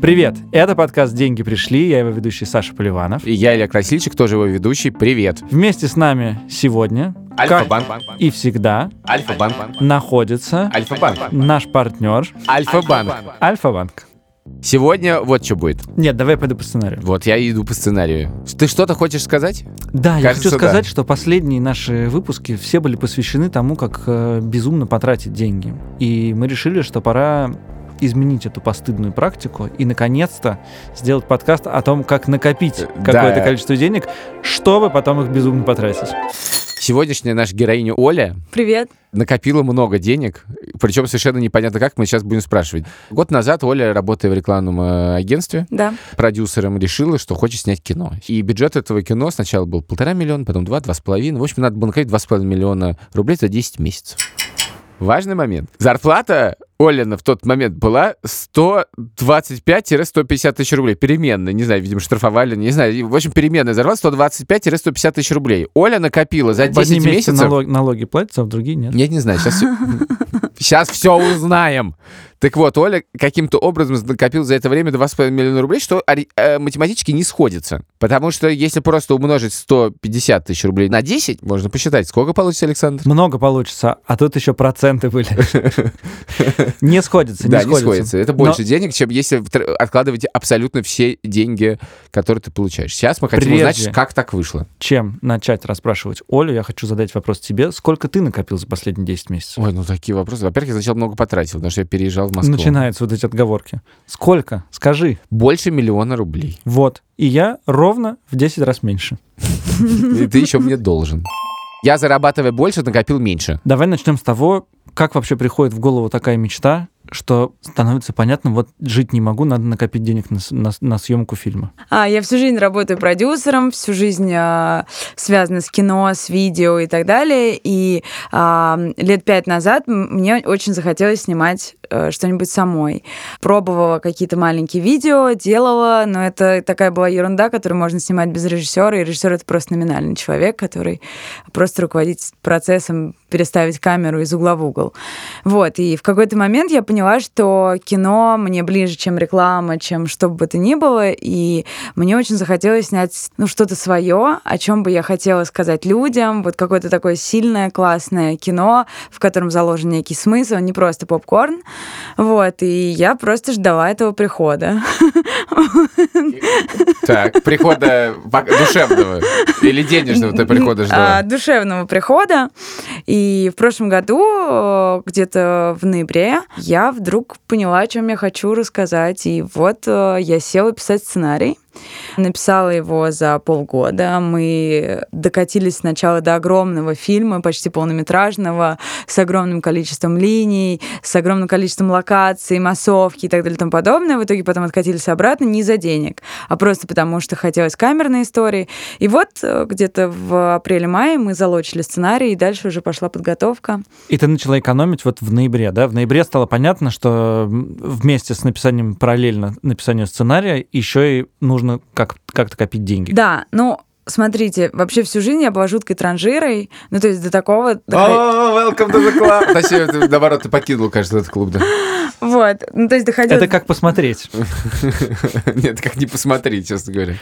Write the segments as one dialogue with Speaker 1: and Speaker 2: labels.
Speaker 1: Привет! Это подкаст «Деньги пришли». Я его ведущий Саша Поливанов.
Speaker 2: И Я Илья Красильчик, тоже его ведущий. Привет.
Speaker 1: Вместе с нами сегодня, как
Speaker 2: Альфа-банк.
Speaker 1: и всегда,
Speaker 2: Альфа-банк.
Speaker 1: находится
Speaker 2: Альфа-банк.
Speaker 1: наш партнер
Speaker 2: Альфа-банк.
Speaker 1: Альфа-банк.
Speaker 2: Сегодня вот что будет.
Speaker 1: Нет, давай я пойду по сценарию.
Speaker 2: Вот я иду по сценарию. Ты что-то хочешь сказать?
Speaker 1: Да, я хочу
Speaker 2: Кажется, да.
Speaker 1: сказать, что последние наши выпуски все были посвящены тому, как э, безумно потратить деньги. И мы решили, что пора изменить эту постыдную практику и, наконец-то, сделать подкаст о том, как накопить
Speaker 2: Э,
Speaker 1: какое-то
Speaker 2: да.
Speaker 1: количество денег, чтобы потом их безумно потратить.
Speaker 2: Сегодняшняя наша героиня Оля
Speaker 3: Привет.
Speaker 2: накопила много денег, причем совершенно непонятно как, мы сейчас будем спрашивать. Год назад Оля, работая в рекламном э, агентстве,
Speaker 3: Да.
Speaker 2: продюсером решила, что хочет снять кино. И бюджет этого кино сначала был полтора миллиона, потом два, два с половиной. В общем, надо было накопить два с половиной миллиона рублей за 10 месяцев. Важный момент. Зарплата Олина в тот момент была 125-150 тысяч рублей. Переменная, не знаю, видимо, штрафовали, не знаю. И, В общем, переменная зарплата 125-150 тысяч рублей. Оля накопила за
Speaker 1: В одни
Speaker 2: 10
Speaker 1: месяцы
Speaker 2: месяцев...
Speaker 1: налог- налоги платятся, а в другие нет.
Speaker 2: Я не знаю, сейчас... Сейчас все узнаем. Так вот, Оля каким-то образом накопил за это время 2,5 миллиона рублей, что ори- э, математически не сходится. Потому что если просто умножить 150 тысяч рублей на 10, можно посчитать, сколько получится, Александр?
Speaker 1: Много получится, а тут еще проценты были. Не сходится, не
Speaker 2: да, не сходится.
Speaker 1: сходится.
Speaker 2: Это
Speaker 1: Но
Speaker 2: больше денег, чем если вы тр- откладываете абсолютно все деньги, которые ты получаешь. Сейчас мы хотим
Speaker 1: Прежде.
Speaker 2: узнать, как так вышло.
Speaker 1: Чем начать расспрашивать Олю, я хочу задать вопрос тебе. Сколько ты накопил за последние 10 месяцев?
Speaker 2: Ой, ну такие вопросы. Во-первых, я сначала много потратил, потому что я переезжал в Москву.
Speaker 1: Начинаются вот эти отговорки. Сколько? Скажи.
Speaker 2: Больше миллиона рублей.
Speaker 1: Вот. И я ровно в 10 раз меньше.
Speaker 2: И ты еще мне должен. Я, зарабатывая больше, накопил меньше.
Speaker 1: Давай начнем с того, как вообще приходит в голову такая мечта, что становится понятно, вот жить не могу, надо накопить денег на, с- на с- на съемку фильма.
Speaker 3: А, я всю жизнь работаю продюсером, всю жизнь а, связана с кино, с видео и так далее. И а, лет пять назад м- мне очень захотелось снимать э, что-нибудь самой. Пробовала какие-то маленькие видео, делала, но это такая была ерунда, которую можно снимать без режиссера. И режиссер это просто номинальный человек, который просто руководит процессом переставить камеру из угла в угол. Вот, и в какой-то момент я поняла, что кино мне ближе, чем реклама, чем что бы то ни было, и мне очень захотелось снять, ну, что-то свое, о чем бы я хотела сказать людям, вот какое-то такое сильное, классное кино, в котором заложен некий смысл, а не просто попкорн, вот, и я просто ждала этого прихода.
Speaker 2: Так, прихода пок- душевного или денежного ты прихода
Speaker 3: А,
Speaker 2: ждала?
Speaker 3: душевного прихода. И в прошлом году, э, где-то в ноябре, я вдруг поняла, о чем я хочу рассказать. И вот э, я села писать сценарий. Написала его за полгода. Мы докатились сначала до огромного фильма, почти полнометражного, с огромным количеством линий, с огромным количеством локаций, массовки и так далее и тому подобное. В итоге потом откатились обратно не за денег, а просто потому, что хотелось камерной истории. И вот э, где-то в апреле-мае мы залочили сценарий, и дальше уже пошла подготовка.
Speaker 1: И ты начала экономить вот в ноябре, да? В ноябре стало понятно, что м, вместе с написанием, параллельно написанию сценария, еще и нужно как- как-то копить деньги.
Speaker 3: Да, ну, смотрите, вообще всю жизнь я была жуткой транжирой. Ну, то есть до такого... доход-
Speaker 1: А?
Speaker 2: welcome to the club. Точнее, ты, наоборот, ты покинул, кажется, этот клуб. да.
Speaker 3: Вот. Ну, то есть доходило
Speaker 1: Это как посмотреть.
Speaker 2: Нет, как не посмотри, честно говоря.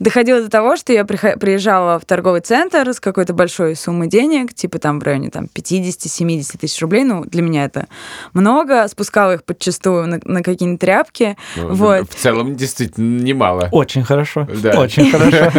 Speaker 3: Доходило до того, что я прихо- приезжала в торговый центр с какой-то большой суммой денег, типа там в районе там, 50-70 тысяч рублей, ну, для меня это много, спускала их подчастую на, на какие-нибудь тряпки,
Speaker 2: Ну,
Speaker 3: вот.
Speaker 2: В целом, действительно, немало.
Speaker 1: Очень хорошо.
Speaker 2: Да.
Speaker 1: Очень хорошо.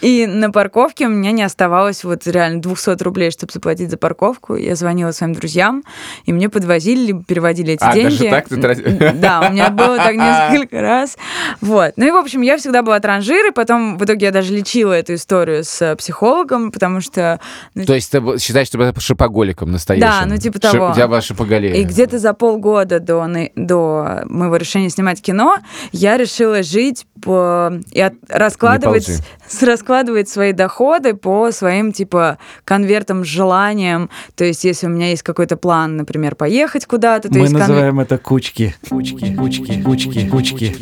Speaker 3: И на парковке у меня не оставалось вот реально 200 рублей, чтобы заплатить за парковку. Я звонила своим друзьям, и мне подвозили, либо переводили эти
Speaker 2: А, даже
Speaker 3: деньги.
Speaker 2: так ты тратила?
Speaker 3: Да, у меня было так несколько раз. Вот. Ну и, в общем, я всегда была транжирой, потом потом, в итоге я даже лечила эту историю с э, психологом, потому что... ну,
Speaker 2: То есть ты б- считаешь, что ты была шипоголиком настоящим?
Speaker 3: Да, ну, типа того.
Speaker 2: У тебя была шипоголия.
Speaker 3: И где-то за полгода до, на- до моего решения снимать кино я решила жить по- и от- раскладывать,
Speaker 2: Не
Speaker 3: с- раскладывать свои доходы по своим, типа, конвертам, с желаниям. То есть, если у меня есть какой-то план, например, поехать куда-то, то
Speaker 1: Мы
Speaker 3: есть конве-
Speaker 1: называем это кучки. Кучки, кучки, кучки, кучки.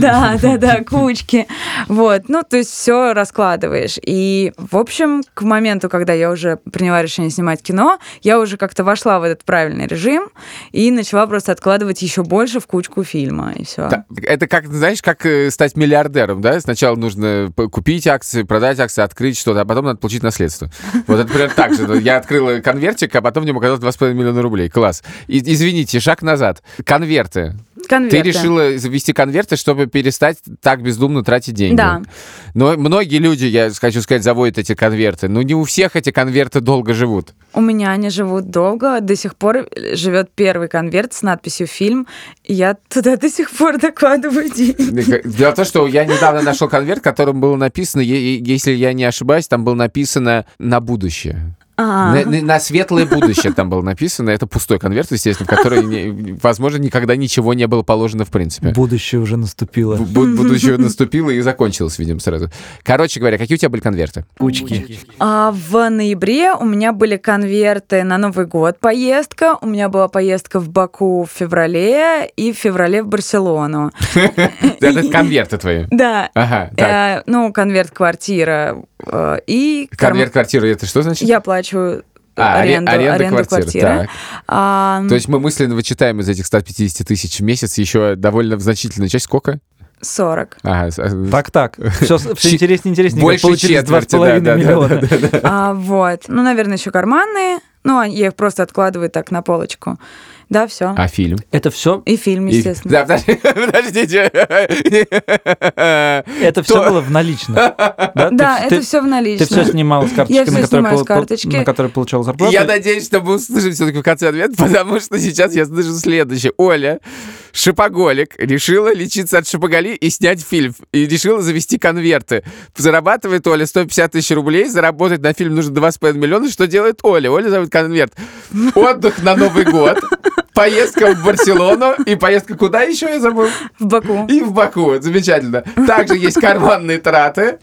Speaker 3: Да, да, да, кучки. Вот, ну, то есть все раскладываешь. И, в общем, к моменту, когда я уже приняла решение снимать кино, я уже как-то вошла в этот правильный режим и начала просто откладывать еще больше в кучку фильма, и все.
Speaker 2: Та- Это как, знаешь, как э, стать миллиардером, да? Сначала нужно п- купить акции, продать акции, открыть что-то, а потом надо получить наследство. Вот это примерно так же. Я открыла конвертик, а потом в нем оказалось 2,5 миллиона рублей. Класс. И- извините, шаг назад. Конверты. Ты решила завести конверты, чтобы перестать так бездумно тратить деньги.
Speaker 3: Да.
Speaker 2: Но многие люди, я хочу сказать, заводят эти конверты. Но не у всех эти конверты долго живут.
Speaker 3: У меня они живут долго, до сих пор живет первый конверт с надписью «Фильм», и я туда до сих пор докладываю деньги.
Speaker 2: Дело в том, что я недавно нашел конверт, в котором было написано, е- е- если я не ошибаюсь, там было написано «на будущее».
Speaker 3: А,
Speaker 2: На, на- на светлое будущее там было написано. Это пустой конверт, естественно, в который, не- возможно, никогда ничего не было положено в принципе.
Speaker 1: Будущее уже наступило.
Speaker 2: Бу- бу- Будущее наступило и закончилось, видимо, сразу. Короче говоря, какие у тебя были конверты?
Speaker 1: Кучки.
Speaker 3: А в ноябре у меня были конверты на Новый год поездка. У меня была поездка в Баку в феврале и в феврале в Барселону.
Speaker 2: Это конверты твои.
Speaker 3: Да.
Speaker 2: Ага, А, так.
Speaker 3: Э, ну, конверт квартира э, и... карм-
Speaker 2: Конверт квартиры, это что значит?
Speaker 3: Я плачу
Speaker 2: А, аре-
Speaker 3: аренду,
Speaker 2: аренда
Speaker 3: аренду
Speaker 2: квартиры, так.
Speaker 3: А,
Speaker 2: То есть мы мысленно вычитаем из этих 150 тысяч в месяц еще довольно значительную часть. Сколько?
Speaker 3: 40.
Speaker 2: Ага, с- а,
Speaker 1: Так-так. Все,
Speaker 2: Чи-
Speaker 1: интереснее, интереснее.
Speaker 2: больше
Speaker 1: Получились два с
Speaker 2: четверти, да, да, да,
Speaker 1: половиной миллиона.
Speaker 3: А, вот. Ну, наверное, еще карманные. Ну, а я их просто откладываю так на полочку. Да, все.
Speaker 2: А фильм?
Speaker 1: Это все,
Speaker 3: И фильм,
Speaker 2: И-
Speaker 3: естественно.
Speaker 2: Да, подожди- подождите.
Speaker 1: это все
Speaker 2: То-
Speaker 1: было в наличном. Да, Ты-
Speaker 3: Да,
Speaker 1: ты-
Speaker 3: это все в наличном.
Speaker 1: Ты все снимал с карточки,
Speaker 3: Я всё
Speaker 1: на которой
Speaker 3: снимаю
Speaker 1: пол-
Speaker 3: с карточки.
Speaker 1: на которой получал
Speaker 2: И
Speaker 1: зарплату.
Speaker 2: Я надеюсь, что мы услышим все-таки в конце ответ, потому что сейчас я слышу следующее. Оля, шипоголик, решила лечиться от шипоголи и снять фильм. И решила завести конверты. Зарабатывает Оля 150 тысяч рублей, заработать на фильм нужно 2,5 миллиона. Что делает Оля? Оля зовет конверт. Отдых на Новый год. Поездка в Барселону и поездка куда еще, я забыл?
Speaker 3: В Баку.
Speaker 2: И в Баку, замечательно. Также есть карманные траты,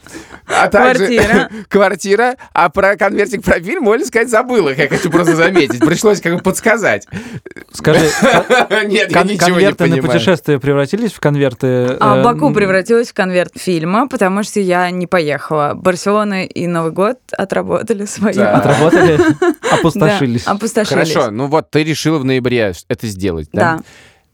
Speaker 2: а также
Speaker 3: Квартира.
Speaker 2: квартира. А про конвертик про фильм Оля сказать забыла, я хочу просто заметить. Пришлось как бы подсказать.
Speaker 1: Скажи, кон-
Speaker 2: Нет, я ничего не
Speaker 1: конверты на
Speaker 2: понимаю.
Speaker 1: путешествия превратились в конверты?
Speaker 3: А
Speaker 1: э,
Speaker 3: Баку
Speaker 1: м,
Speaker 3: превратилась в конверт фильма, потому что я не поехала. Барселона и Новый год отработали свое.
Speaker 2: Да.
Speaker 1: Отработали,
Speaker 3: Да,
Speaker 1: опустошились.
Speaker 3: опустошились.
Speaker 2: Хорошо, ну вот ты решила в ноябре это сделать, да?
Speaker 3: Да.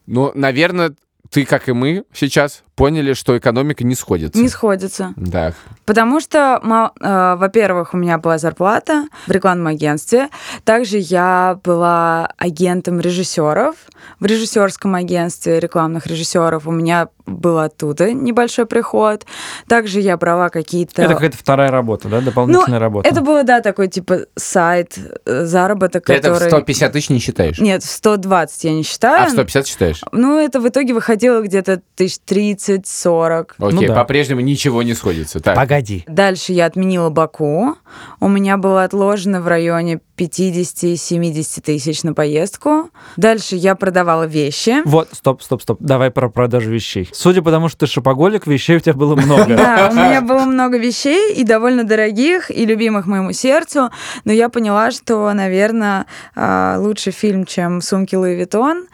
Speaker 2: Ну, наверное, ты, как и мы сейчас, поняли, что экономика не сходится.
Speaker 3: Не сходится.
Speaker 2: Да.
Speaker 3: Потому что, ма- э, во-первых, у меня была зарплата в рекламном агентстве. Также я была агентом режиссеров в режиссерском агентстве рекламных режиссеров. У меня был оттуда небольшой приход. Также я брала какие-то...
Speaker 1: Это какая-то вторая работа, да, дополнительная работа.
Speaker 3: Ну, Это было, да, такой типа сайт э, заработок,
Speaker 2: Ты это в
Speaker 3: который...
Speaker 2: 150 тысяч не считаешь?
Speaker 3: Нет, в 120 я не считаю.
Speaker 2: А в 150 считаешь?
Speaker 3: Ну, это в итоге выходило где-то тысяч 30-40.
Speaker 2: Окей,
Speaker 1: да.
Speaker 2: по-прежнему ничего не сходится. Так.
Speaker 1: Погоди.
Speaker 3: Дальше я отменила Баку. У меня было отложено в районе 50-70 тысяч на поездку. Дальше я продавала вещи.
Speaker 1: Вот, стоп, стоп, стоп. Давай про продажу вещей. Судя по тому, что ты шопоголик, вещей у тебя было много.
Speaker 3: Да, у меня было много вещей и довольно дорогих, и любимых моему сердцу, но я поняла, что, наверное, а, лучше фильм, чем «Сумки Луи Виттон»,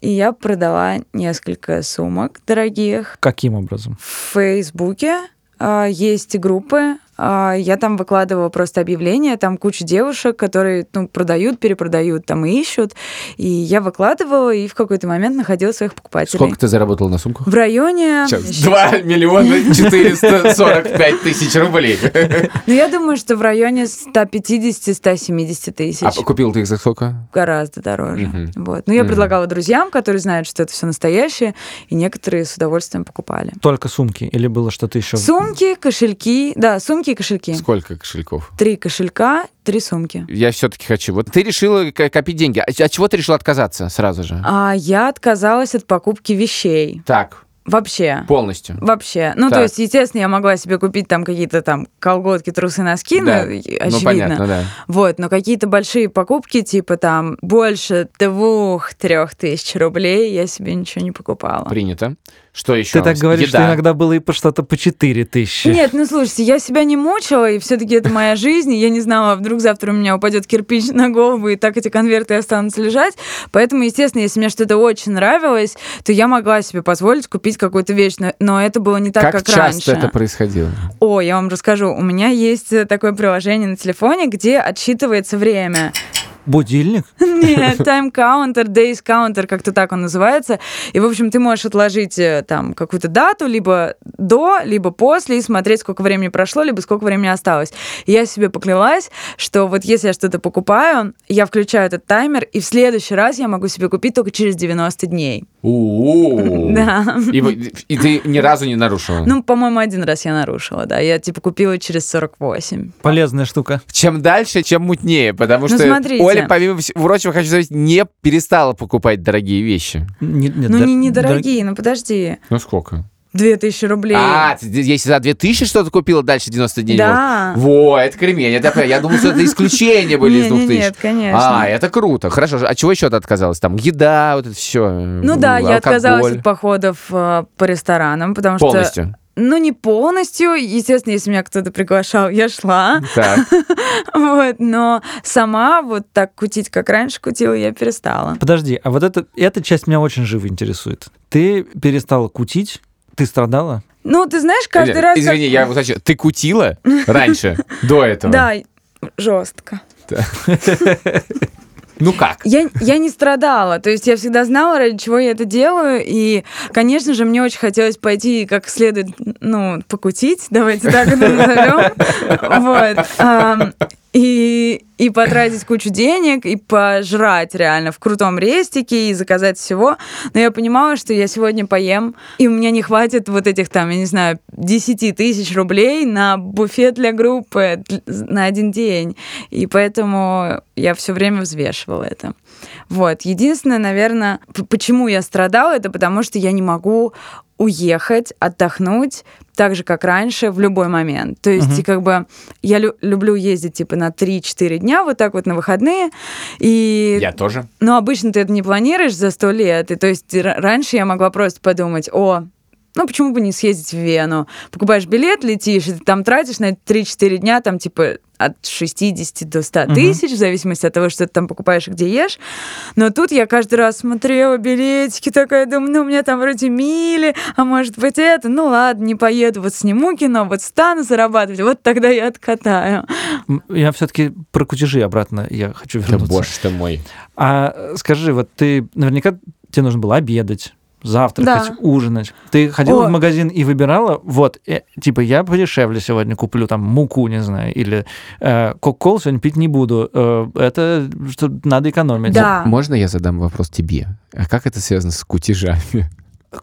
Speaker 3: и я продала несколько сумок дорогих.
Speaker 1: Каким образом?
Speaker 3: в Фейсбуке а, есть группы. а, Я там выкладывала просто объявления, там куча девушек, которые ну, продают, перепродают, там и ищут. И я выкладывала и в какой-то момент находила своих покупателей.
Speaker 2: Сколько ты заработал на сумках?
Speaker 3: В районе...
Speaker 2: Сейчас. 2 миллиона 445 тысяч рублей.
Speaker 3: Ну, я думаю, что в районе 150-170 тысяч.
Speaker 2: А купил ты их за сколько?
Speaker 3: Гораздо дороже.
Speaker 2: Мгм.
Speaker 3: Вот. Ну, я
Speaker 2: Мгм.
Speaker 3: предлагала друзьям, которые знают, что это все настоящее, и некоторые с удовольствием покупали.
Speaker 1: Только сумки или было что-то еще?
Speaker 3: Сумки, кошельки. Да, сумки и кошельки.
Speaker 2: Сколько кошельков?
Speaker 3: Три кошелька, три сумки.
Speaker 2: Я все-таки хочу. Вот ты решила к- копить деньги. А ч- От чего ты решила отказаться сразу же?
Speaker 3: А я отказалась от покупки вещей.
Speaker 2: Так.
Speaker 3: Вообще.
Speaker 2: Полностью.
Speaker 3: Вообще. Ну,
Speaker 2: Так.
Speaker 3: то есть, естественно, я могла себе купить там какие-то там колготки, трусы, носки,
Speaker 2: Да.
Speaker 3: ну, и-
Speaker 2: Ну,
Speaker 3: очевидно.
Speaker 2: понятно, да.
Speaker 3: Вот, но какие-то большие покупки, типа там больше двух-трех тысяч рублей, я себе ничего не покупала.
Speaker 2: Принято. Что еще?
Speaker 1: Ты так говоришь, что иногда было и по что-то по 4 тысячи.
Speaker 3: Нет, ну слушайте, я себя не мучила, и все-таки это моя жизнь, и я не знала, вдруг завтра у меня упадет кирпич на голову, и так эти конверты останутся лежать. Поэтому, естественно, если мне что-то очень нравилось, то я могла себе позволить купить какую-то вещь, но, но это было не так,
Speaker 2: Как
Speaker 3: как,
Speaker 2: часто
Speaker 3: раньше.
Speaker 2: это происходило?
Speaker 3: О, я вам расскажу. У меня есть э, такое приложение на телефоне, где отсчитывается время.
Speaker 1: Будильник?
Speaker 3: Нет, time counter, days counter, как-то так он называется. И, в общем, ты можешь отложить э, там какую-то дату, либо до, либо после, и смотреть, сколько времени прошло, либо сколько времени осталось. И я себе поклялась, что вот если я что-то покупаю, я включаю этот таймер, и в следующий раз я могу себе купить только через 90 дней.
Speaker 2: У-у-у.
Speaker 3: Да.
Speaker 2: И вы- И ты ни разу не нарушила.
Speaker 3: Ну, по-моему, один раз я нарушила, да. Я, типа, купила через 48.
Speaker 1: Полезная штука.
Speaker 2: Чем дальше, чем мутнее, потому
Speaker 3: Ну,
Speaker 2: что
Speaker 3: смотрите.
Speaker 2: Оля, помимо всего прочего, хочу сказать, не перестала покупать дорогие вещи.
Speaker 1: Не- не,
Speaker 3: Ну,
Speaker 1: да-
Speaker 3: не
Speaker 1: дорог-
Speaker 3: недорогие, ну, подожди.
Speaker 2: Ну, сколько?
Speaker 3: 2000 рублей.
Speaker 2: А, ты- ты- если за 2000 что-то купила, дальше 90 дней.
Speaker 3: Да.
Speaker 2: было. Во, это кремень. Это, я думал, что это исключения были из
Speaker 3: Не, не,
Speaker 2: 2000.
Speaker 3: Нет, конечно.
Speaker 2: А, это круто. Хорошо. А чего еще ты отказалась? Там еда, вот это все.
Speaker 3: Ну да, я отказалась от походов э, по ресторанам, потому что...
Speaker 2: Полностью.
Speaker 3: Ну, не полностью. Естественно, если меня кто-то приглашал, я шла.
Speaker 2: Так.
Speaker 3: Вот, но сама вот так кутить, как раньше кутила, я перестала.
Speaker 1: Подожди, а вот это, эта часть меня очень живо интересует. Ты перестала кутить, ты страдала?
Speaker 3: Ну, ты знаешь, каждый
Speaker 2: Лен,
Speaker 3: раз... как-
Speaker 2: Извини, я уточню. Ты кутила раньше, до этого?
Speaker 3: Да, жестко.
Speaker 2: Ну как?
Speaker 3: Я, я не страдала, то есть я всегда знала, ради чего я это делаю, и, конечно же, мне очень хотелось пойти как следует, ну, покутить, давайте так это назовем, вот, Ам, и, и потратить кучу денег, и пожрать реально в крутом рестике, и заказать всего, но я понимала, что я сегодня поем, и у меня не хватит вот этих там, я не знаю, 10 тысяч рублей на буфет для группы дл- на один день. И поэтому я все время взвешивала это. Вот. Единственное, наверное, п- почему я страдала, это потому что я не могу уехать, отдохнуть так же, как раньше, в любой момент. То есть,
Speaker 1: Мгм.
Speaker 3: и как бы, я лю- люблю ездить, типа, на 3-4 дня, вот так вот на выходные, и...
Speaker 2: Я тоже.
Speaker 3: Но обычно ты это не планируешь за сто лет. И то есть ра- раньше я могла просто подумать, о, ну почему бы не съездить в Вену? Покупаешь билет, летишь, и ты там тратишь на это 3-4 дня, там типа от 60 до 100
Speaker 1: Мгм.
Speaker 3: тысяч, в зависимости от того, что ты там покупаешь и где ешь. Но тут я каждый раз смотрела билетики, такая думаю, ну у меня там вроде мили, а может быть это, ну ладно, не поеду, вот сниму кино, вот стану зарабатывать, вот тогда я откатаю.
Speaker 1: М, Я все-таки про кутежи обратно я хочу
Speaker 2: Да
Speaker 1: вернуться.
Speaker 2: боже ты мой.
Speaker 1: А э, скажи, вот ты наверняка тебе нужно было обедать, завтракать,
Speaker 3: Да.
Speaker 1: ужинать. Ты ходила
Speaker 3: О.
Speaker 1: в магазин и выбирала, вот, э, типа, я подешевле сегодня куплю там муку, не знаю, или э, кока-колу сегодня пить не буду. Э, это что надо экономить.
Speaker 3: Да.
Speaker 2: Можно я задам вопрос тебе? А как это связано с кутежами?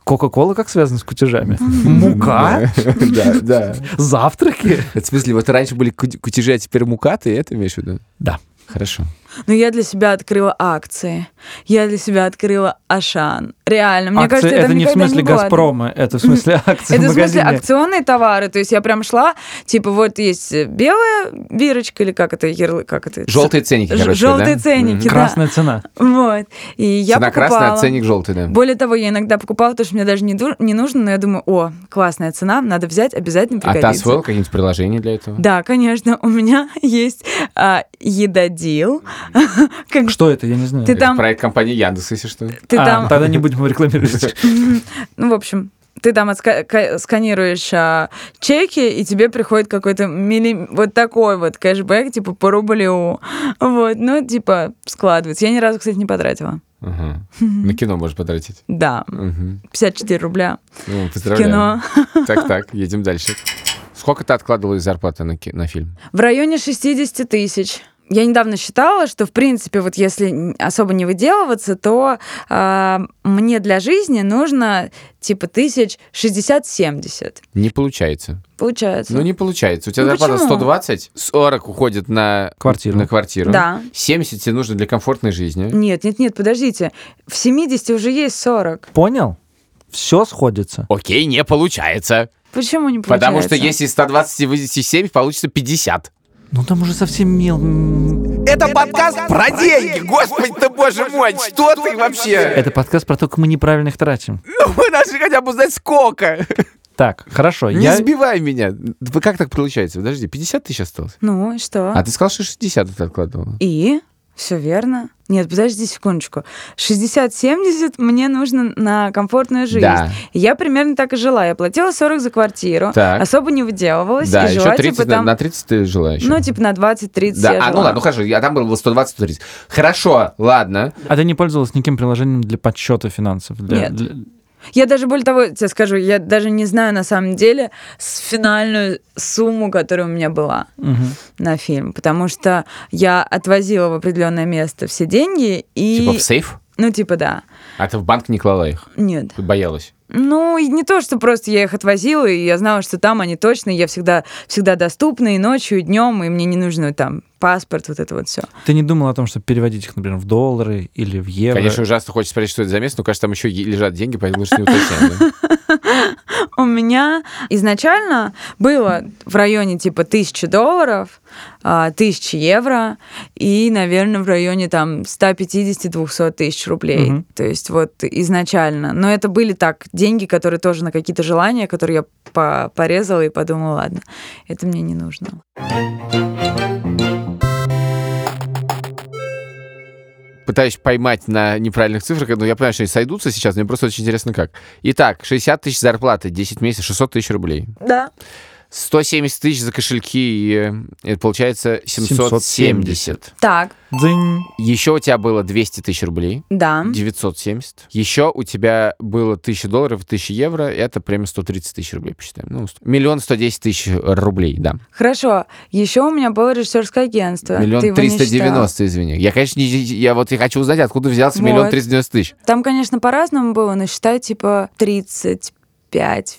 Speaker 1: Кока-кола как связана с кутежами? Мука?
Speaker 2: Да, да.
Speaker 1: Завтраки?
Speaker 2: Это, в смысле, вот раньше были ку- кутежи, а теперь мука, ты это имеешь в виду?
Speaker 1: Да.
Speaker 2: Хорошо.
Speaker 3: Но Ну, я для себя открыла акции. Я для себя открыла Ашан. Реально, мне
Speaker 1: Акции
Speaker 3: кажется,
Speaker 1: это не в
Speaker 3: никогда
Speaker 1: смысле
Speaker 3: было.
Speaker 1: Газпрома, это в смысле акции
Speaker 3: Это
Speaker 1: в
Speaker 3: в смысле
Speaker 1: магазине.
Speaker 3: акционные товары. То есть я прям шла, типа вот есть э, белая бирочка или как это ярлык, как это?
Speaker 2: Желтые ценники,
Speaker 3: Ж-
Speaker 2: короче.
Speaker 3: желтые
Speaker 2: да?
Speaker 3: ценники.
Speaker 2: Мгм.
Speaker 1: Красная цена.
Speaker 3: Вот. И я
Speaker 2: Цена красная, а
Speaker 3: покупала.
Speaker 2: ценник желтый, да.
Speaker 3: Более того, я иногда покупала то, что мне даже не, ду- не нужно, но я думаю, о, классная цена, надо взять, обязательно
Speaker 2: А ты
Speaker 3: пригодится.
Speaker 2: освоил какие-нибудь приложения для этого?
Speaker 3: Да, конечно, у меня есть а, едодил. Как
Speaker 1: Что это, я не знаю.
Speaker 3: Ты
Speaker 2: Это
Speaker 3: там-
Speaker 2: проект компании Яндекс, если что.
Speaker 3: ты
Speaker 1: А,
Speaker 3: там
Speaker 1: Тогда не будем рекламировать.
Speaker 3: Ну, в общем, ты там отска- ка- сканируешь а, чеки, и тебе приходит какой-то милли... вот такой вот кэшбэк, типа по рублю. Вот, ну, типа, складывается. Я ни разу, кстати, не потратила.
Speaker 2: Ага. На кино можешь потратить.
Speaker 3: Да,
Speaker 2: Мгм.
Speaker 3: 54 рубля.
Speaker 2: Ну, Поздравляю.
Speaker 3: кино.
Speaker 2: Так, так, едем дальше. Сколько ты откладывала из зарплаты на, ки- на фильм?
Speaker 3: В районе 60 тысяч. Я недавно считала, что, в принципе, вот если н- особо не выделываться, то а, мне для жизни нужно, типа, тысяч 60-70.
Speaker 2: Не получается.
Speaker 3: Получается.
Speaker 2: Ну, не получается. У тебя
Speaker 3: Ну,
Speaker 2: зарплата
Speaker 3: почему?
Speaker 2: 120, 40 уходит на
Speaker 1: Квартиру.
Speaker 2: На квартиру.
Speaker 3: Да.
Speaker 2: 70 тебе нужно для комфортной жизни.
Speaker 3: Нет, нет, нет, подождите. В 70 уже есть 40.
Speaker 1: Понял? все сходится.
Speaker 2: Окей, не получается.
Speaker 3: Почему не получается?
Speaker 2: Потому что если из 120 вывести 7, получится 50.
Speaker 1: Ну там уже совсем мел... м,
Speaker 2: Это подкаст про деньги, господи ты боже мой, что ты вообще?
Speaker 1: Это подкаст про то, как мы неправильно их тратим.
Speaker 2: Ну, мы должны хотя бы узнать сколько.
Speaker 1: Так, хорошо.
Speaker 2: Не
Speaker 1: я...
Speaker 2: сбивай меня. Да Как так получается? Подожди, 50 тысяч осталось?
Speaker 3: Ну и что?
Speaker 2: А ты сказал, что 60 ты откладывала.
Speaker 3: И? Все верно. Нет, подожди секундочку. 60-70 мне нужно на комфортную жизнь.
Speaker 2: Да.
Speaker 3: Я примерно так и жила. Я платила 40 за квартиру,
Speaker 2: Так.
Speaker 3: особо не выделывалась.
Speaker 2: Да,
Speaker 3: и
Speaker 2: еще
Speaker 3: жила,
Speaker 2: 30,
Speaker 3: типа,
Speaker 2: на-
Speaker 3: там,
Speaker 2: на 30 ты жила еще.
Speaker 3: ну, типа на 20-30
Speaker 2: Да,
Speaker 3: я
Speaker 2: а, ну
Speaker 3: жила.
Speaker 2: ладно, ну хорошо, я там было 120-130. Хорошо, ладно.
Speaker 1: А ты не пользовалась никаким приложением для подсчета финансов? Для-
Speaker 3: Нет.
Speaker 1: для-
Speaker 3: Я даже, более того, тебе скажу, я даже не знаю на самом деле с финальную сумму, которая у меня была
Speaker 1: Мгм.
Speaker 3: на фильм, потому что я отвозила в определенное место все деньги и...
Speaker 2: Типа в сейф?
Speaker 3: Ну, типа, да.
Speaker 2: А ты в банк не клала их?
Speaker 3: Нет.
Speaker 2: Ты боялась?
Speaker 3: Ну, и не то, что просто я их отвозила, и я знала, что там они точно, я всегда, всегда доступна и ночью, и днем, и мне не нужно там паспорт, вот это вот все.
Speaker 1: Ты не думал о том, чтобы переводить их, например, в доллары или в евро?
Speaker 2: Конечно, ужасно хочется спросить, что это за место, но, кажется, там еще е- лежат деньги, поэтому лучше не уточнять. да?
Speaker 3: У меня изначально было в районе типа тысячи долларов, а, тысячи евро и, наверное, в районе там 150-200 тысяч рублей.
Speaker 1: Мгм.
Speaker 3: То есть вот изначально. Но это были так деньги, которые тоже на какие-то желания, которые я по- порезала и подумала, ладно, это мне не нужно.
Speaker 2: Пытаюсь поймать на неправильных цифрах, но я понимаю, что они сойдутся сейчас, мне просто очень интересно как. Итак, 60 тысяч зарплаты, 10 месяцев, 600 тысяч рублей.
Speaker 3: Да.
Speaker 2: 170 тысяч за кошельки, и э, это получается 770.
Speaker 1: 770.
Speaker 3: Так,
Speaker 1: Дзынь.
Speaker 2: Еще у тебя было 200 тысяч рублей.
Speaker 3: да.
Speaker 2: 970. Еще у тебя было 1000 долларов, 1000 евро. Это примерно 130 тысяч рублей, посчитаем. Ну, сто- миллион 110 тысяч рублей, да.
Speaker 3: Хорошо. Еще у меня было режиссерское агентство. Ты
Speaker 2: Миллион
Speaker 3: его не
Speaker 2: триста
Speaker 3: считал.
Speaker 2: девяносто, извини. Я, конечно, не, я вот и хочу узнать, откуда взялся миллион
Speaker 3: Вот.
Speaker 2: триста девяносто тысяч.
Speaker 3: Там, конечно, по-разному было, но считай, типа, 35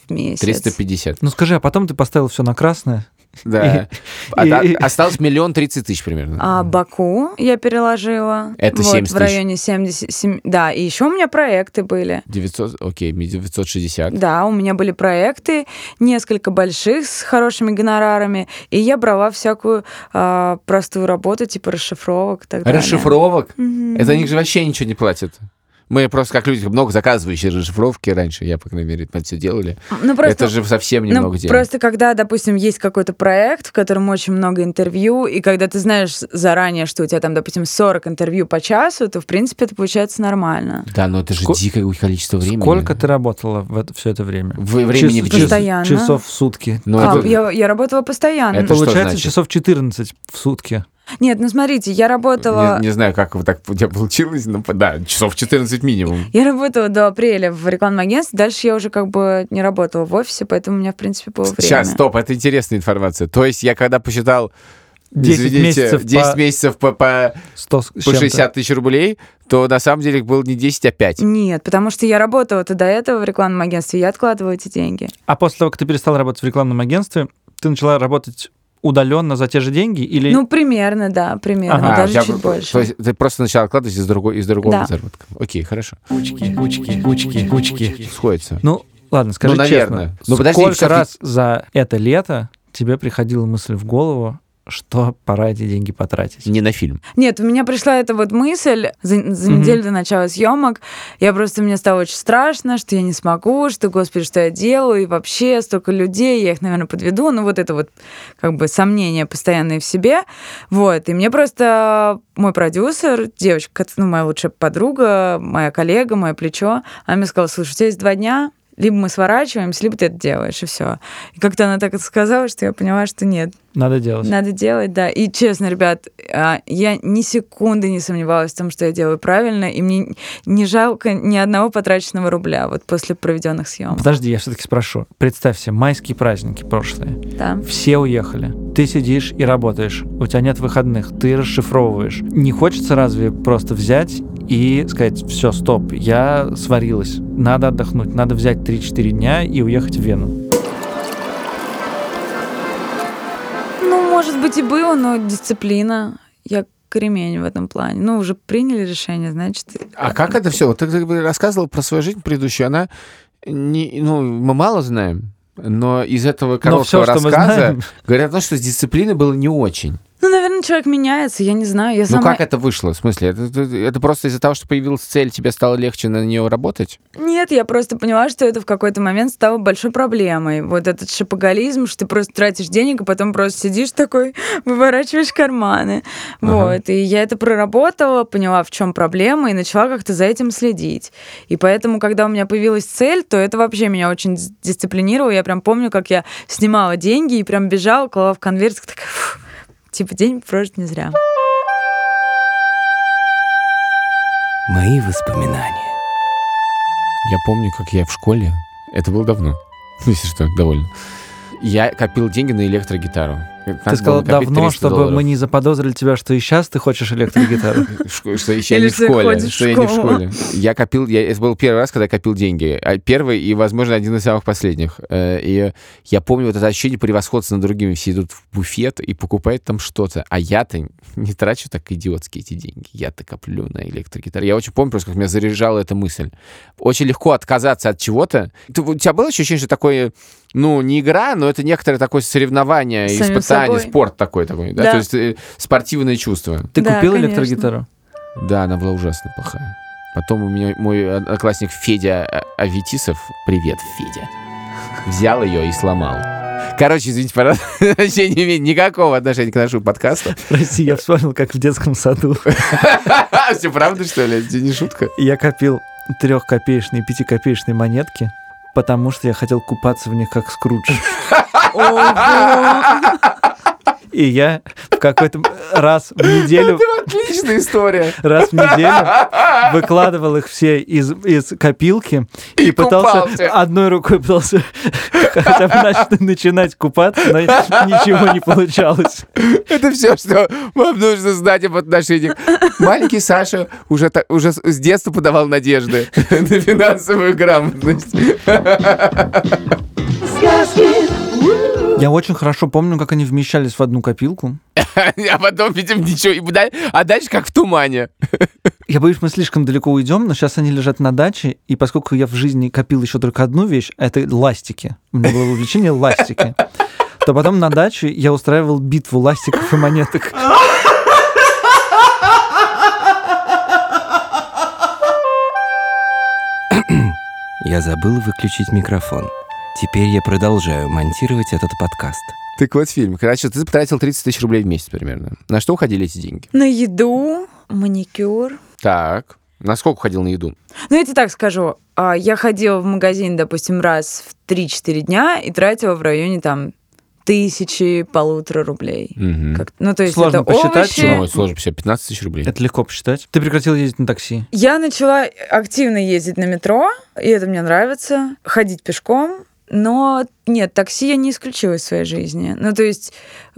Speaker 3: в месяц.
Speaker 2: Триста пятьдесят.
Speaker 1: Ну скажи, а потом ты поставил все на красное?
Speaker 2: Да. А
Speaker 1: и-
Speaker 2: та-
Speaker 1: и-
Speaker 2: Осталось миллион тридцать тысяч примерно.
Speaker 3: А Баку я переложила.
Speaker 2: Это
Speaker 3: вот,
Speaker 2: 70
Speaker 3: В районе 77. Да, и еще у меня проекты были.
Speaker 2: 900, окей, ми- 960.
Speaker 3: Да, у меня были проекты, несколько больших с хорошими гонорарами, и я брала всякую а, простую работу, типа расшифровок и так далее.
Speaker 2: Расшифровок?
Speaker 3: Мгм.
Speaker 2: Это них же вообще ничего не платят. Мы просто как люди, много заказывающие расшифровки раньше, я, по крайней мере, это все делали.
Speaker 3: Ну, просто
Speaker 2: Это же совсем
Speaker 3: Ну,
Speaker 2: немного денег.
Speaker 3: Просто когда, допустим, есть какой-то проект, в котором очень много интервью, и когда ты знаешь заранее, что у тебя там, допустим, 40 интервью по часу, то, в принципе, это получается нормально.
Speaker 2: Да, но это же
Speaker 1: Ско-
Speaker 2: дикое количество времени.
Speaker 1: Сколько ты работала в это, все это время?
Speaker 2: В- времени в
Speaker 1: Чис-
Speaker 2: день.
Speaker 3: Постоянно.
Speaker 1: Часов в сутки.
Speaker 2: Ну,
Speaker 3: А,
Speaker 2: это-
Speaker 3: я, я работала постоянно.
Speaker 2: Это что
Speaker 1: Получается
Speaker 2: значит?
Speaker 1: часов 14 в сутки.
Speaker 3: Нет, ну смотрите, я работала...
Speaker 2: не, не знаю, как вот так у тебя получилось, но по- да, часов 14 минимум.
Speaker 3: Я работала до апреля в рекламном агентстве, дальше я уже как бы не работала в офисе, поэтому у меня, в принципе, было время.
Speaker 2: Сейчас, стоп, это интересная информация. То есть я когда посчитал,
Speaker 1: 10
Speaker 2: извините,
Speaker 1: месяцев
Speaker 2: 10
Speaker 1: по-
Speaker 2: месяцев по, по,
Speaker 1: 100 с
Speaker 2: по
Speaker 1: чем-то.
Speaker 2: 60 тысяч рублей, то на самом деле их было не 10, а 5.
Speaker 3: Нет, потому что я работала-то до этого в рекламном агентстве, я откладывала эти деньги.
Speaker 1: А после того, как ты перестала работать в рекламном агентстве, ты начала работать удаленно за те же деньги или...
Speaker 3: Ну, примерно, да, примерно,
Speaker 1: Ага,
Speaker 3: даже
Speaker 2: у тебя
Speaker 3: чуть
Speaker 2: про-
Speaker 3: больше.
Speaker 2: То есть ты просто начала откладывать из, другой, из другого
Speaker 3: Да.
Speaker 2: заработка. Окей, хорошо.
Speaker 4: кучки, кучки.
Speaker 2: Сходится.
Speaker 1: Ну, ладно, скажи
Speaker 2: Ну, наверное.
Speaker 1: честно.
Speaker 2: Ну, подожди,
Speaker 1: сколько
Speaker 2: всё-таки-
Speaker 1: раз за это лето тебе приходила мысль в голову, что пора эти деньги потратить?
Speaker 2: Не на фильм.
Speaker 3: Нет, у меня пришла эта вот мысль за, за
Speaker 1: Мгм.
Speaker 3: неделю до начала съемок. Я просто мне стало очень страшно, что я не смогу, что, господи, что я делаю, и вообще столько людей, я их, наверное, подведу. Ну, вот это вот как бы сомнения постоянные в себе. Вот, и мне просто мой продюсер, девочка, кот- ну, моя лучшая подруга, моя коллега, мое плечо, она мне сказала, слушай, у тебя есть два дня, либо мы сворачиваемся, либо ты это делаешь, и все. И как-то она так это сказала, что я поняла, что нет,
Speaker 1: Надо делать.
Speaker 3: надо делать, да. И честно, ребят, а, я ни секунды не сомневалась в том, что я делаю правильно, и мне не жалко ни одного потраченного рубля вот после проведенных съемок.
Speaker 1: Подожди, я все-таки спрошу. Представь себе, майские праздники прошлые.
Speaker 3: Да.
Speaker 1: Все уехали. Ты сидишь и работаешь. У тебя нет выходных. Ты расшифровываешь. Не хочется разве просто взять и сказать, все, стоп, я сварилась. Надо отдохнуть. Надо взять 3-4 дня и уехать в Вену.
Speaker 3: Ну, может быть, и было, но дисциплина. Я кремень в этом плане. Ну, уже приняли решение, значит.
Speaker 2: А как это все? Вот ты как бы рассказывала про свою жизнь предыдущую, она не- ну, мы мало знаем, но из этого
Speaker 1: Но
Speaker 2: короткого
Speaker 1: все, что мы
Speaker 2: рассказа
Speaker 1: знаем,
Speaker 2: говорят о том, что с дисциплиной было не очень.
Speaker 3: Ну, наверное, человек меняется, я не знаю. Я
Speaker 2: Ну
Speaker 3: сама...
Speaker 2: как это вышло? В смысле, это, это- это просто из-за того, что появилась цель, тебе стало легче на нее работать?
Speaker 3: Нет, я просто поняла, что это в какой-то момент стало большой проблемой. Вот этот шапоголизм, что ты просто тратишь денег, а потом просто сидишь такой, выворачиваешь карманы.
Speaker 2: Ага.
Speaker 3: Вот. И я это проработала, поняла, в чем проблема, и начала как-то за этим следить. И поэтому, когда у меня появилась цель, то это вообще меня очень дис- дисциплинировало. Я прям помню, как я снимала деньги и прям бежала, клала в конверт, такая, «Фу, типа, день прожит не зря.
Speaker 4: Мои воспоминания.
Speaker 2: Я помню, как я в школе. Это было давно. Ну, Если что, довольно. Я копил деньги на электрогитару.
Speaker 1: ты сказал давно, чтобы мы не заподозрили тебя, что и сейчас ты хочешь электрогитару.
Speaker 2: Шко- что еще я
Speaker 3: Или
Speaker 2: не в
Speaker 3: что ты
Speaker 2: школе,
Speaker 3: ходишь в
Speaker 2: что я не в
Speaker 3: школу.
Speaker 2: школе. Я копил, я, это был первый раз, когда я копил деньги. А Первый и, возможно, один из самых последних. Э, И я помню вот это ощущение превосходства над другими. Все идут в буфет и покупают там что-то. А я-то не трачу так идиотски эти деньги. Я-то коплю на электрогитару. Я очень помню просто, как меня заряжала эта мысль. Очень легко отказаться от чего-то. Ты- у тебя было ощущение, что такое, ну, не игра, но это некоторое такое соревнование,
Speaker 3: С самим
Speaker 2: испытание,
Speaker 3: собой.
Speaker 2: спорт такой такой, да?
Speaker 3: Да.
Speaker 2: То есть э, спортивные чувства.
Speaker 1: Ты
Speaker 3: Да,
Speaker 1: купил
Speaker 3: конечно.
Speaker 1: электрогитару?
Speaker 2: Да, она была ужасно плохая. Потом у меня мой одноклассник Федя А- Аветисов, привет, Федя, взял ее и сломал. Короче, извините, пожалуйста, вообще не имеет никакого отношения к нашему подкасту.
Speaker 1: Прости, я вспомнил, как в детском саду
Speaker 2: Все правда, что ли? Это не шутка.
Speaker 1: я копил трехкопеечные, пятикопеечные монетки, потому что я хотел купаться в них как Скрудж.
Speaker 3: Ого!
Speaker 1: И я в какой-то раз в неделю,
Speaker 2: Отличная история.
Speaker 1: раз в неделю выкладывал их все из, из копилки и,
Speaker 2: И
Speaker 1: пытался
Speaker 2: купался.
Speaker 1: одной рукой пытался хотя бы нач- начинать купаться, но ничего не получалось.
Speaker 2: Это все, что вам нужно знать об отношениях. Маленький Саша уже, та- уже с- с детства подавал надежды на финансовую грамотность.
Speaker 1: Я очень хорошо помню, как они вмещались в одну копилку.
Speaker 2: А потом, видимо, ничего. и да- А дальше как в тумане.
Speaker 1: Я боюсь, мы слишком далеко уйдем, но сейчас они лежат на даче, и поскольку я в жизни копил еще только одну вещь, а это ластики. У меня было увлечение ластики. То потом на даче я устраивал битву ластиков и монеток.
Speaker 4: Я забыл выключить микрофон. Теперь я продолжаю монтировать этот подкаст.
Speaker 2: Так вот фильм. Короче, ты потратил 30 тысяч рублей в месяц примерно. На что уходили эти деньги?
Speaker 3: На еду, маникюр,
Speaker 2: Так. На сколько уходил на еду?
Speaker 3: Ну, я тебе так скажу. а, Я ходила в магазин, допустим, раз в 3-4 дня и тратила в районе там тысячи, полутора рублей. Как- ну, то есть
Speaker 1: Сложно
Speaker 3: это
Speaker 1: посчитать,
Speaker 3: овощи.
Speaker 1: но-
Speaker 2: Ну, это сложно посчитать. 15 тысяч рублей.
Speaker 1: Это легко посчитать. Ты прекратил ездить на такси.
Speaker 3: Я начала активно ездить на метро, и это мне нравится, ходить пешком. Но нет, такси я не исключила из своей жизни. Ну, то есть,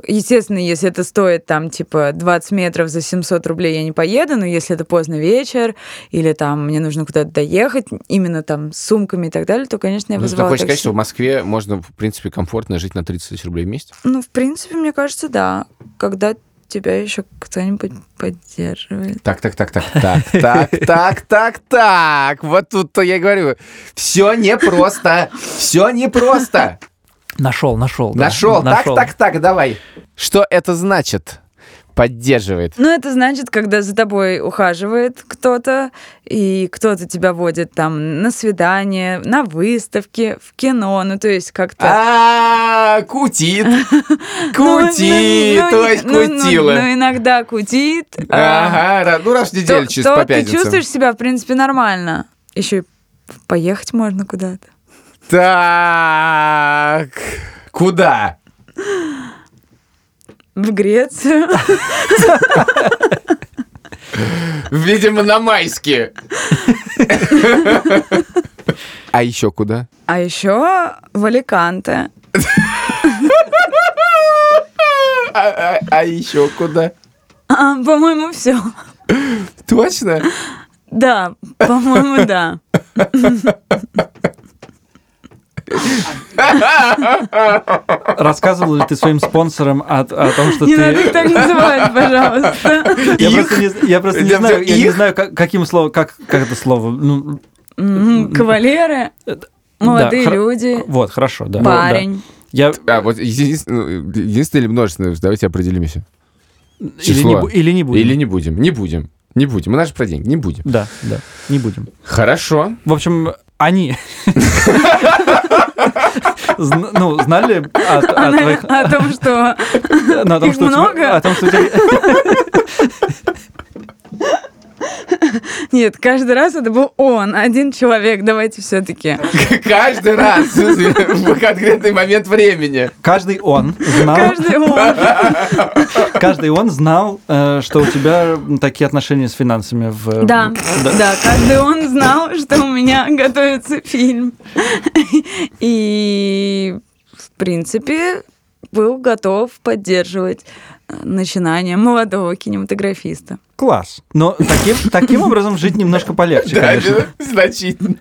Speaker 3: естественно, если это стоит там, типа, 20 метров за 700 рублей, я не поеду, но если это поздно вечер, или там мне нужно куда-то доехать, именно там с сумками и так далее, то, конечно, я
Speaker 2: Ну, ты
Speaker 3: вызывала
Speaker 2: хочешь сказать,
Speaker 3: такси.
Speaker 2: что в Москве можно, в принципе, комфортно жить на 30 тысяч рублей в месяц?
Speaker 3: Ну, в принципе, мне кажется, да. Когда тебя еще кто-нибудь поддерживает.
Speaker 2: Так, так, так, так, так, так, так, так, так. Вот тут-то я и говорю. Все непросто. Все непросто.
Speaker 1: Нашел, нашел. да.
Speaker 2: Нашел. Так,
Speaker 1: Нашел.
Speaker 2: так, так, давай. Что это значит? Поддерживает.
Speaker 3: Ну, это значит, когда за тобой ухаживает кто-то, и кто-то тебя водит там на свидание, на выставки, в кино, ну, то есть как-то...
Speaker 2: А, кутит.
Speaker 3: Ну, ну,
Speaker 2: Кутит,
Speaker 3: ну,
Speaker 2: ой,
Speaker 3: ну, ну,
Speaker 2: кутила.
Speaker 3: Ну, иногда кутит. а,
Speaker 2: Ага, ра- ну раз в неделю
Speaker 3: То
Speaker 2: чисто
Speaker 3: то
Speaker 2: по
Speaker 3: ты
Speaker 2: пятницам.
Speaker 3: чувствуешь себя, в принципе, нормально. Еще и поехать можно куда-то.
Speaker 2: Так, куда?
Speaker 3: В Грецию.
Speaker 2: Видимо, на майские. А еще куда?
Speaker 3: А еще в Аликанте.
Speaker 2: А, а- а еще куда?
Speaker 3: А, по-моему, все.
Speaker 2: Точно?
Speaker 3: Да, по-моему, да.
Speaker 1: Рассказывал ли ты своим спонсорам о, о том, что
Speaker 3: Не
Speaker 1: ты...
Speaker 3: надо их так называть, пожалуйста.
Speaker 1: Я
Speaker 2: Их?
Speaker 1: просто не, я просто не
Speaker 2: Я
Speaker 1: знаю,
Speaker 2: взял
Speaker 1: я не
Speaker 2: их?
Speaker 1: знаю, как- каким словом, как, как это слово. Ну,
Speaker 3: М, Кавалеры. Молодые
Speaker 1: хра-
Speaker 3: люди,
Speaker 1: Вот, хорошо, да.
Speaker 3: парень.
Speaker 1: Да. Я
Speaker 2: А, вот единс- ну, единственное или множественное, давайте определимся.
Speaker 1: или не,
Speaker 2: Число.
Speaker 1: бу- или не будем.
Speaker 2: Или не будем. Не будем. Не будем. У нас же про деньги. Не будем.
Speaker 1: Да, да, не будем.
Speaker 2: Хорошо.
Speaker 1: В общем, они. Зн- Ну, знали о, о
Speaker 3: Она-
Speaker 1: А твоих...
Speaker 3: О том, что
Speaker 1: ну, о том,
Speaker 3: их
Speaker 1: что у тебя-
Speaker 3: много?
Speaker 1: о том, что у тебя-
Speaker 3: Нет, каждый раз это был он, один человек. Давайте все-таки.
Speaker 2: Каждый раз в конкретный момент времени.
Speaker 1: Каждый он знал...
Speaker 3: Каждый он.
Speaker 1: Каждый он знал, э, что у тебя такие отношения с финансами в...
Speaker 3: Да, да, каждый он знал, что у меня готовится фильм. И, в принципе, был готов поддерживать э, начинание молодого кинематографиста.
Speaker 1: Класс. Но таким, таким образом жить немножко полегче,
Speaker 2: Да,
Speaker 1: конечно.
Speaker 2: значительно.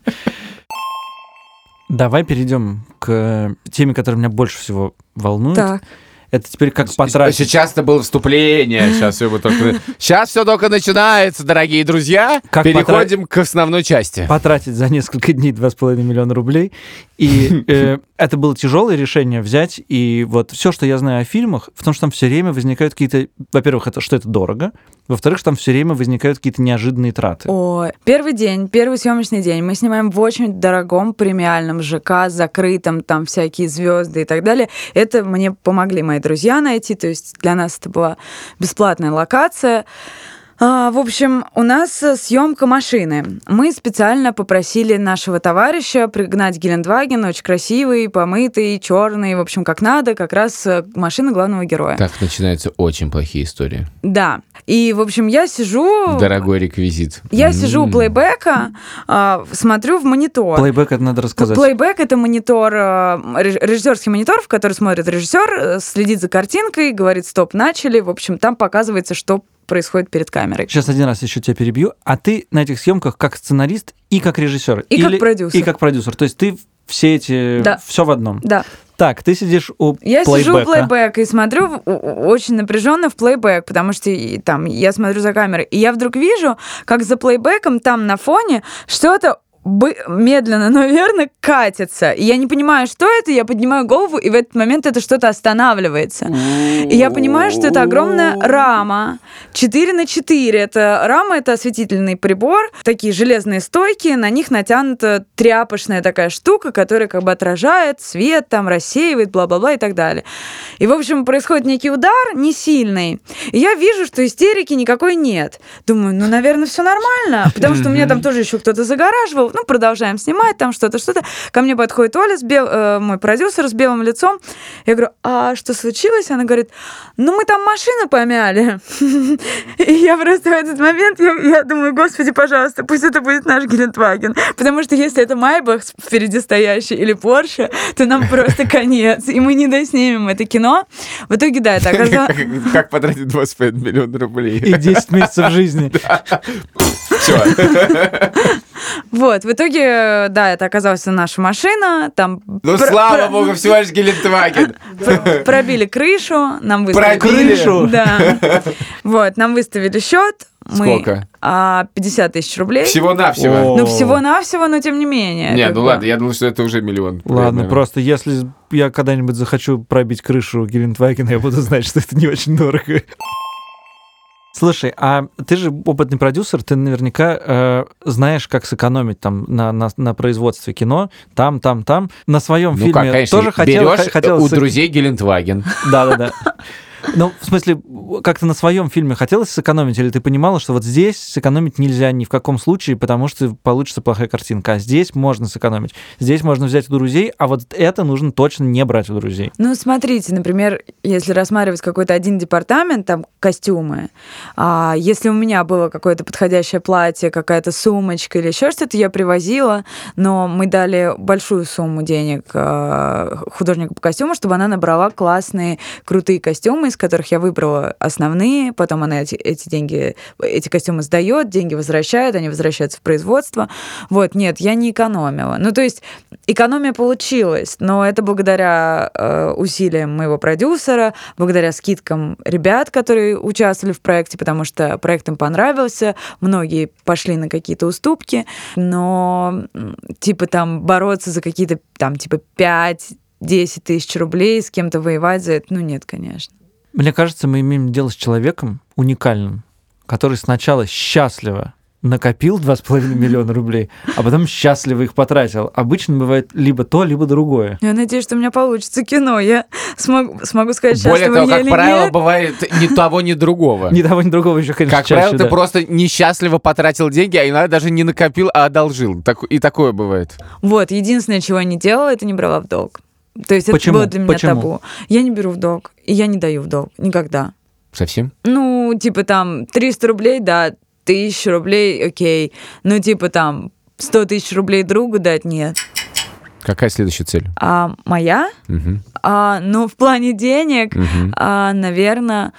Speaker 1: Давай перейдем к теме, которая меня больше всего волнует.
Speaker 3: Так,
Speaker 1: Это теперь как потратить.
Speaker 2: Сейчас-то было вступление. Сейчас все только... Сейчас все только начинается, дорогие друзья.
Speaker 1: Как
Speaker 2: Переходим к основной части.
Speaker 1: потратить за несколько дней 2,5 миллиона рублей. И э, это было тяжелое решение взять. И вот все, что я знаю о фильмах, в том, что там все время возникают какие-то... Во-первых, это что это дорого. Во-вторых, что там все время возникают какие-то неожиданные траты.
Speaker 3: о, первый день, первый съемочный день. Мы снимаем в очень дорогом премиальном ЖК, закрытом, там всякие звезды и так далее. Это мне помогли мои друзья найти, то есть для нас это была бесплатная локация. А, В общем, у нас э, съемка машины. Мы специально попросили нашего товарища пригнать Гелендваген, очень красивый, помытый, черный, в общем, как надо, как раз э, машина главного героя.
Speaker 2: Так начинаются очень плохие истории.
Speaker 3: Да. И, в общем, я сижу...
Speaker 2: Дорогой реквизит.
Speaker 3: Я сижу у
Speaker 2: М.
Speaker 3: плейбека, а, смотрю в монитор.
Speaker 1: Плейбэк это
Speaker 3: Ну,
Speaker 1: надо рассказать.
Speaker 3: Плейбэк это монитор, э, реж- режиссерский монитор, в который смотрит режиссер, э, следит за картинкой, говорит стоп, начали. В общем, там показывается, что происходит перед камерой.
Speaker 1: Сейчас один раз еще тебя перебью. А ты на этих съемках как сценарист и как режиссер.
Speaker 3: И как
Speaker 1: Или-
Speaker 3: продюсер.
Speaker 1: И как продюсер. То есть ты все эти...
Speaker 3: Да.
Speaker 1: Все в одном.
Speaker 3: Да.
Speaker 1: Так, ты сидишь у
Speaker 3: Я сижу
Speaker 1: плейбэка.
Speaker 3: в плейбэк и смотрю в- у- у- очень напряженно в плейбэк, потому что и там я смотрю за камерой, и я вдруг вижу, как за плейбэком там на фоне что-то бы- медленно, но верно катится. И я не понимаю, что это, я поднимаю голову, и в этот момент это что-то останавливается. И я понимаю, что это огромная рама. 4 на 4. Это рама, это осветительный прибор. Такие железные стойки, на них натянута тряпочная такая штука, которая как бы отражает свет, там рассеивает, бла-бла-бла и так далее. И, в общем, происходит некий удар, не сильный. И я вижу, что истерики никакой нет. Думаю, ну, наверное, все нормально, потому что у меня там тоже еще кто-то загораживал. Ну, продолжаем снимать, там что-то, что-то. Ко мне подходит Оля, с бел- э, мой продюсер с белым лицом. Я говорю, а что случилось? Она говорит, ну, мы там машину помяли. И я просто в этот момент, я, я думаю, господи, пожалуйста, пусть это будет наш Гелендваген. Потому что если это Майбах впереди стоящий или Порше, то нам просто конец. И мы не доснимем это кино. В итоге, да, это оказалось...
Speaker 2: Как- Как потратить 25 миллионов рублей?
Speaker 1: И 10 месяцев жизни.
Speaker 2: Все.
Speaker 3: Вот, в итоге, да, это оказалась наша машина, там...
Speaker 2: Ну,
Speaker 3: про-
Speaker 2: слава
Speaker 3: про-
Speaker 2: богу, всего лишь Гелендваген.
Speaker 3: про- Пробили крышу, нам выставили...
Speaker 2: Пробили?
Speaker 1: Крышу?
Speaker 3: Да. Вот, нам выставили счет. мы-
Speaker 2: Сколько?
Speaker 3: а, 50 тысяч рублей.
Speaker 2: Всего-навсего.
Speaker 1: О.
Speaker 3: Ну, всего-навсего, но тем не менее.
Speaker 2: Не,
Speaker 3: как
Speaker 2: ну
Speaker 3: бы.
Speaker 2: ладно, я думал, что это уже миллион.
Speaker 1: Ладно,
Speaker 2: Примерно.
Speaker 1: просто если я когда-нибудь захочу пробить крышу Гелендвагена, я буду знать, что это не очень дорого. Слушай, а ты же опытный продюсер, ты наверняка э, знаешь, как сэкономить там на, на, на производстве кино, там, там, там. На своем
Speaker 2: Ну
Speaker 1: фильме
Speaker 2: как, конечно,
Speaker 1: тоже хотел,
Speaker 2: берешь
Speaker 1: хо- хотелось
Speaker 2: у
Speaker 1: сэк-
Speaker 2: друзей Гелендваген.
Speaker 1: Да, да, да. Ну, в смысле, как-то на своем фильме хотелось сэкономить, или ты понимала, что вот здесь сэкономить нельзя ни в каком случае, потому что получится плохая картинка, а здесь можно сэкономить, здесь можно взять у друзей, а вот это нужно точно не брать у друзей.
Speaker 3: Ну, смотрите, например, если рассматривать какой-то один департамент, там, костюмы, а, если у меня было какое-то подходящее платье, какая-то сумочка или еще что-то, я привозила, но мы дали большую сумму денег а, художнику по костюму, чтобы она набрала классные, крутые костюмы из которых я выбрала основные, потом она эти, эти деньги, эти костюмы сдает, деньги возвращает, они возвращаются в производство. Вот, нет, я не экономила. Ну, то есть экономия получилась, но это благодаря э, усилиям моего продюсера, благодаря скидкам ребят, которые участвовали в проекте, потому что проект им понравился, многие пошли на какие-то уступки, но м, типа там бороться за какие-то там типа 5 10 тысяч рублей, с кем-то воевать за это, ну нет, конечно.
Speaker 1: Мне кажется, мы имеем дело с человеком уникальным, который сначала счастливо накопил 2,5 миллиона рублей, а потом счастливо их потратил. Обычно бывает либо то, либо другое.
Speaker 3: Я надеюсь, что у меня получится кино. Я смогу, смогу сказать,
Speaker 2: Более
Speaker 3: счастлива
Speaker 2: того,
Speaker 3: я
Speaker 2: как
Speaker 3: или
Speaker 2: правило,
Speaker 3: нет.
Speaker 2: бывает ни того, ни другого.
Speaker 1: Ни того, ни другого еще, конечно,
Speaker 2: Как
Speaker 1: чаще,
Speaker 2: правило, ты
Speaker 1: да.
Speaker 2: просто несчастливо потратил деньги, а иногда даже не накопил, а одолжил. Так- и такое бывает.
Speaker 3: Вот, единственное, чего я не делала, это не брала в долг. То есть
Speaker 1: Почему?
Speaker 3: это было для меня
Speaker 1: Почему?
Speaker 3: табу. Я не беру в долг, и я не даю в долг никогда.
Speaker 2: Совсем?
Speaker 3: Ну, типа там 300 рублей, да, 1000 рублей, окей. Ну, типа там 100 тысяч рублей другу дать, нет.
Speaker 2: Какая следующая цель?
Speaker 3: А моя?
Speaker 2: Мгм.
Speaker 3: А, ну, в плане денег, а,
Speaker 2: Мгм.
Speaker 3: наверное,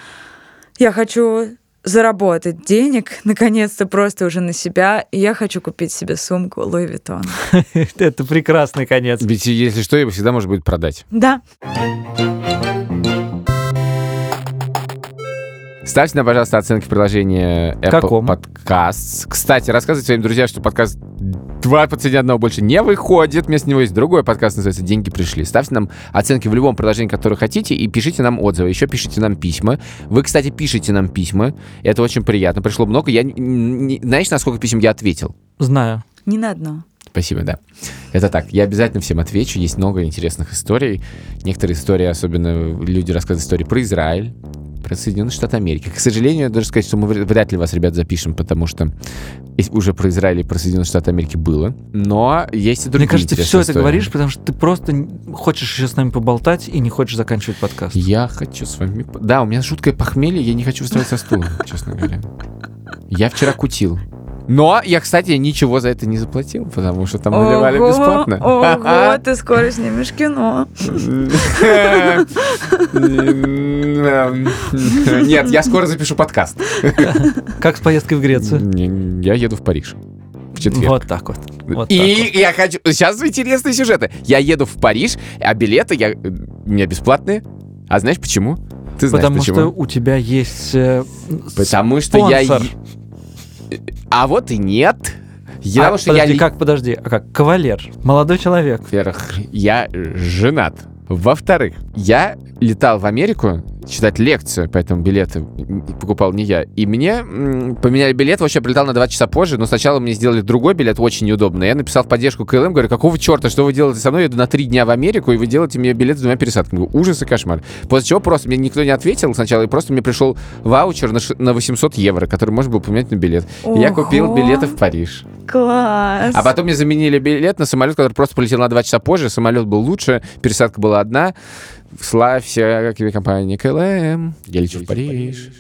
Speaker 3: я хочу заработать денег, наконец-то просто уже на себя, и я хочу купить себе сумку Louis Vuitton.
Speaker 1: Это прекрасный конец.
Speaker 2: Ведь если что, его всегда можно будет продать.
Speaker 3: Да.
Speaker 2: Ставьте нам, пожалуйста, оценки приложения Apple
Speaker 1: Каком?
Speaker 2: Podcasts. Кстати, рассказывайте своим друзьям, что подкаст «Два по цене одного» больше не выходит. Вместо него есть другой подкаст, называется «Деньги пришли». Ставьте нам оценки в любом приложении, которое хотите, и пишите нам отзывы. Еще пишите нам письма. Вы, кстати, пишите нам письма. Это очень приятно. Пришло много. Я, не- не- знаешь, на сколько писем я ответил?
Speaker 1: Знаю.
Speaker 3: Не на одно.
Speaker 2: Спасибо, да. Это так. Я обязательно всем отвечу. Есть много интересных историй. Некоторые истории, особенно люди рассказывают истории про Израиль, про Соединенные Штаты Америки. К сожалению, я должен сказать, что мы вря- вряд ли вас, ребят, запишем, потому что из- уже про Израиль и про Соединенные Штаты Америки было. Но есть и другие
Speaker 1: Мне кажется, ты
Speaker 2: интересные
Speaker 1: все это
Speaker 2: истории.
Speaker 1: говоришь, потому что ты просто н- хочешь еще с нами поболтать и не хочешь заканчивать подкаст.
Speaker 2: Я хочу с вами... по- Да, у меня жуткое похмелье, я не хочу вставать со стула, честно говоря. Я вчера кутил. Но я, кстати, ничего за это не заплатил, потому что там наливали
Speaker 3: Ого,
Speaker 2: бесплатно.
Speaker 3: Ого, ты скоро снимешь кино.
Speaker 2: Нет, я скоро запишу подкаст.
Speaker 1: Как с поездкой в Грецию?
Speaker 2: Не, Я еду в Париж. В четверг.
Speaker 1: Вот так вот. Вот так
Speaker 2: И я хочу... Сейчас интересные сюжеты. Я еду в Париж, а билеты я... у меня бесплатные. А знаешь почему? Ты знаешь
Speaker 1: Потому что
Speaker 2: почему?
Speaker 1: у тебя есть... э,
Speaker 2: Потому что я...
Speaker 1: спонсор.
Speaker 2: е- А вот и нет. Я,
Speaker 1: а,
Speaker 2: потому что я
Speaker 1: подожди,
Speaker 2: ли-
Speaker 1: как, подожди, а как? Кавалер, молодой человек.
Speaker 2: Во-первых, я женат. Во-вторых, я летал в Америку читать лекцию, поэтому билеты м, покупал не я. И мне м, поменяли билет, вообще прилетал на 2 часа позже, но сначала мне сделали другой билет, очень неудобно. Я написал в поддержку КЛМ, говорю, какого черта, что вы делаете со мной? Я иду на 3 дня в Америку, и вы делаете мне билет с двумя пересадками. Ужас и кошмар. После чего просто мне никто не ответил сначала, и просто мне пришел ваучер на ш- на 800 евро, который можно было поменять на билет. И Я купил
Speaker 3: Ого.
Speaker 2: билеты в Париж.
Speaker 3: Класс.
Speaker 2: А потом мне заменили билет на самолет, который просто полетел на два часа позже. Самолет был лучше, пересадка была одна. Славься, как тебе компания КЛМ. Я лечу в Париж.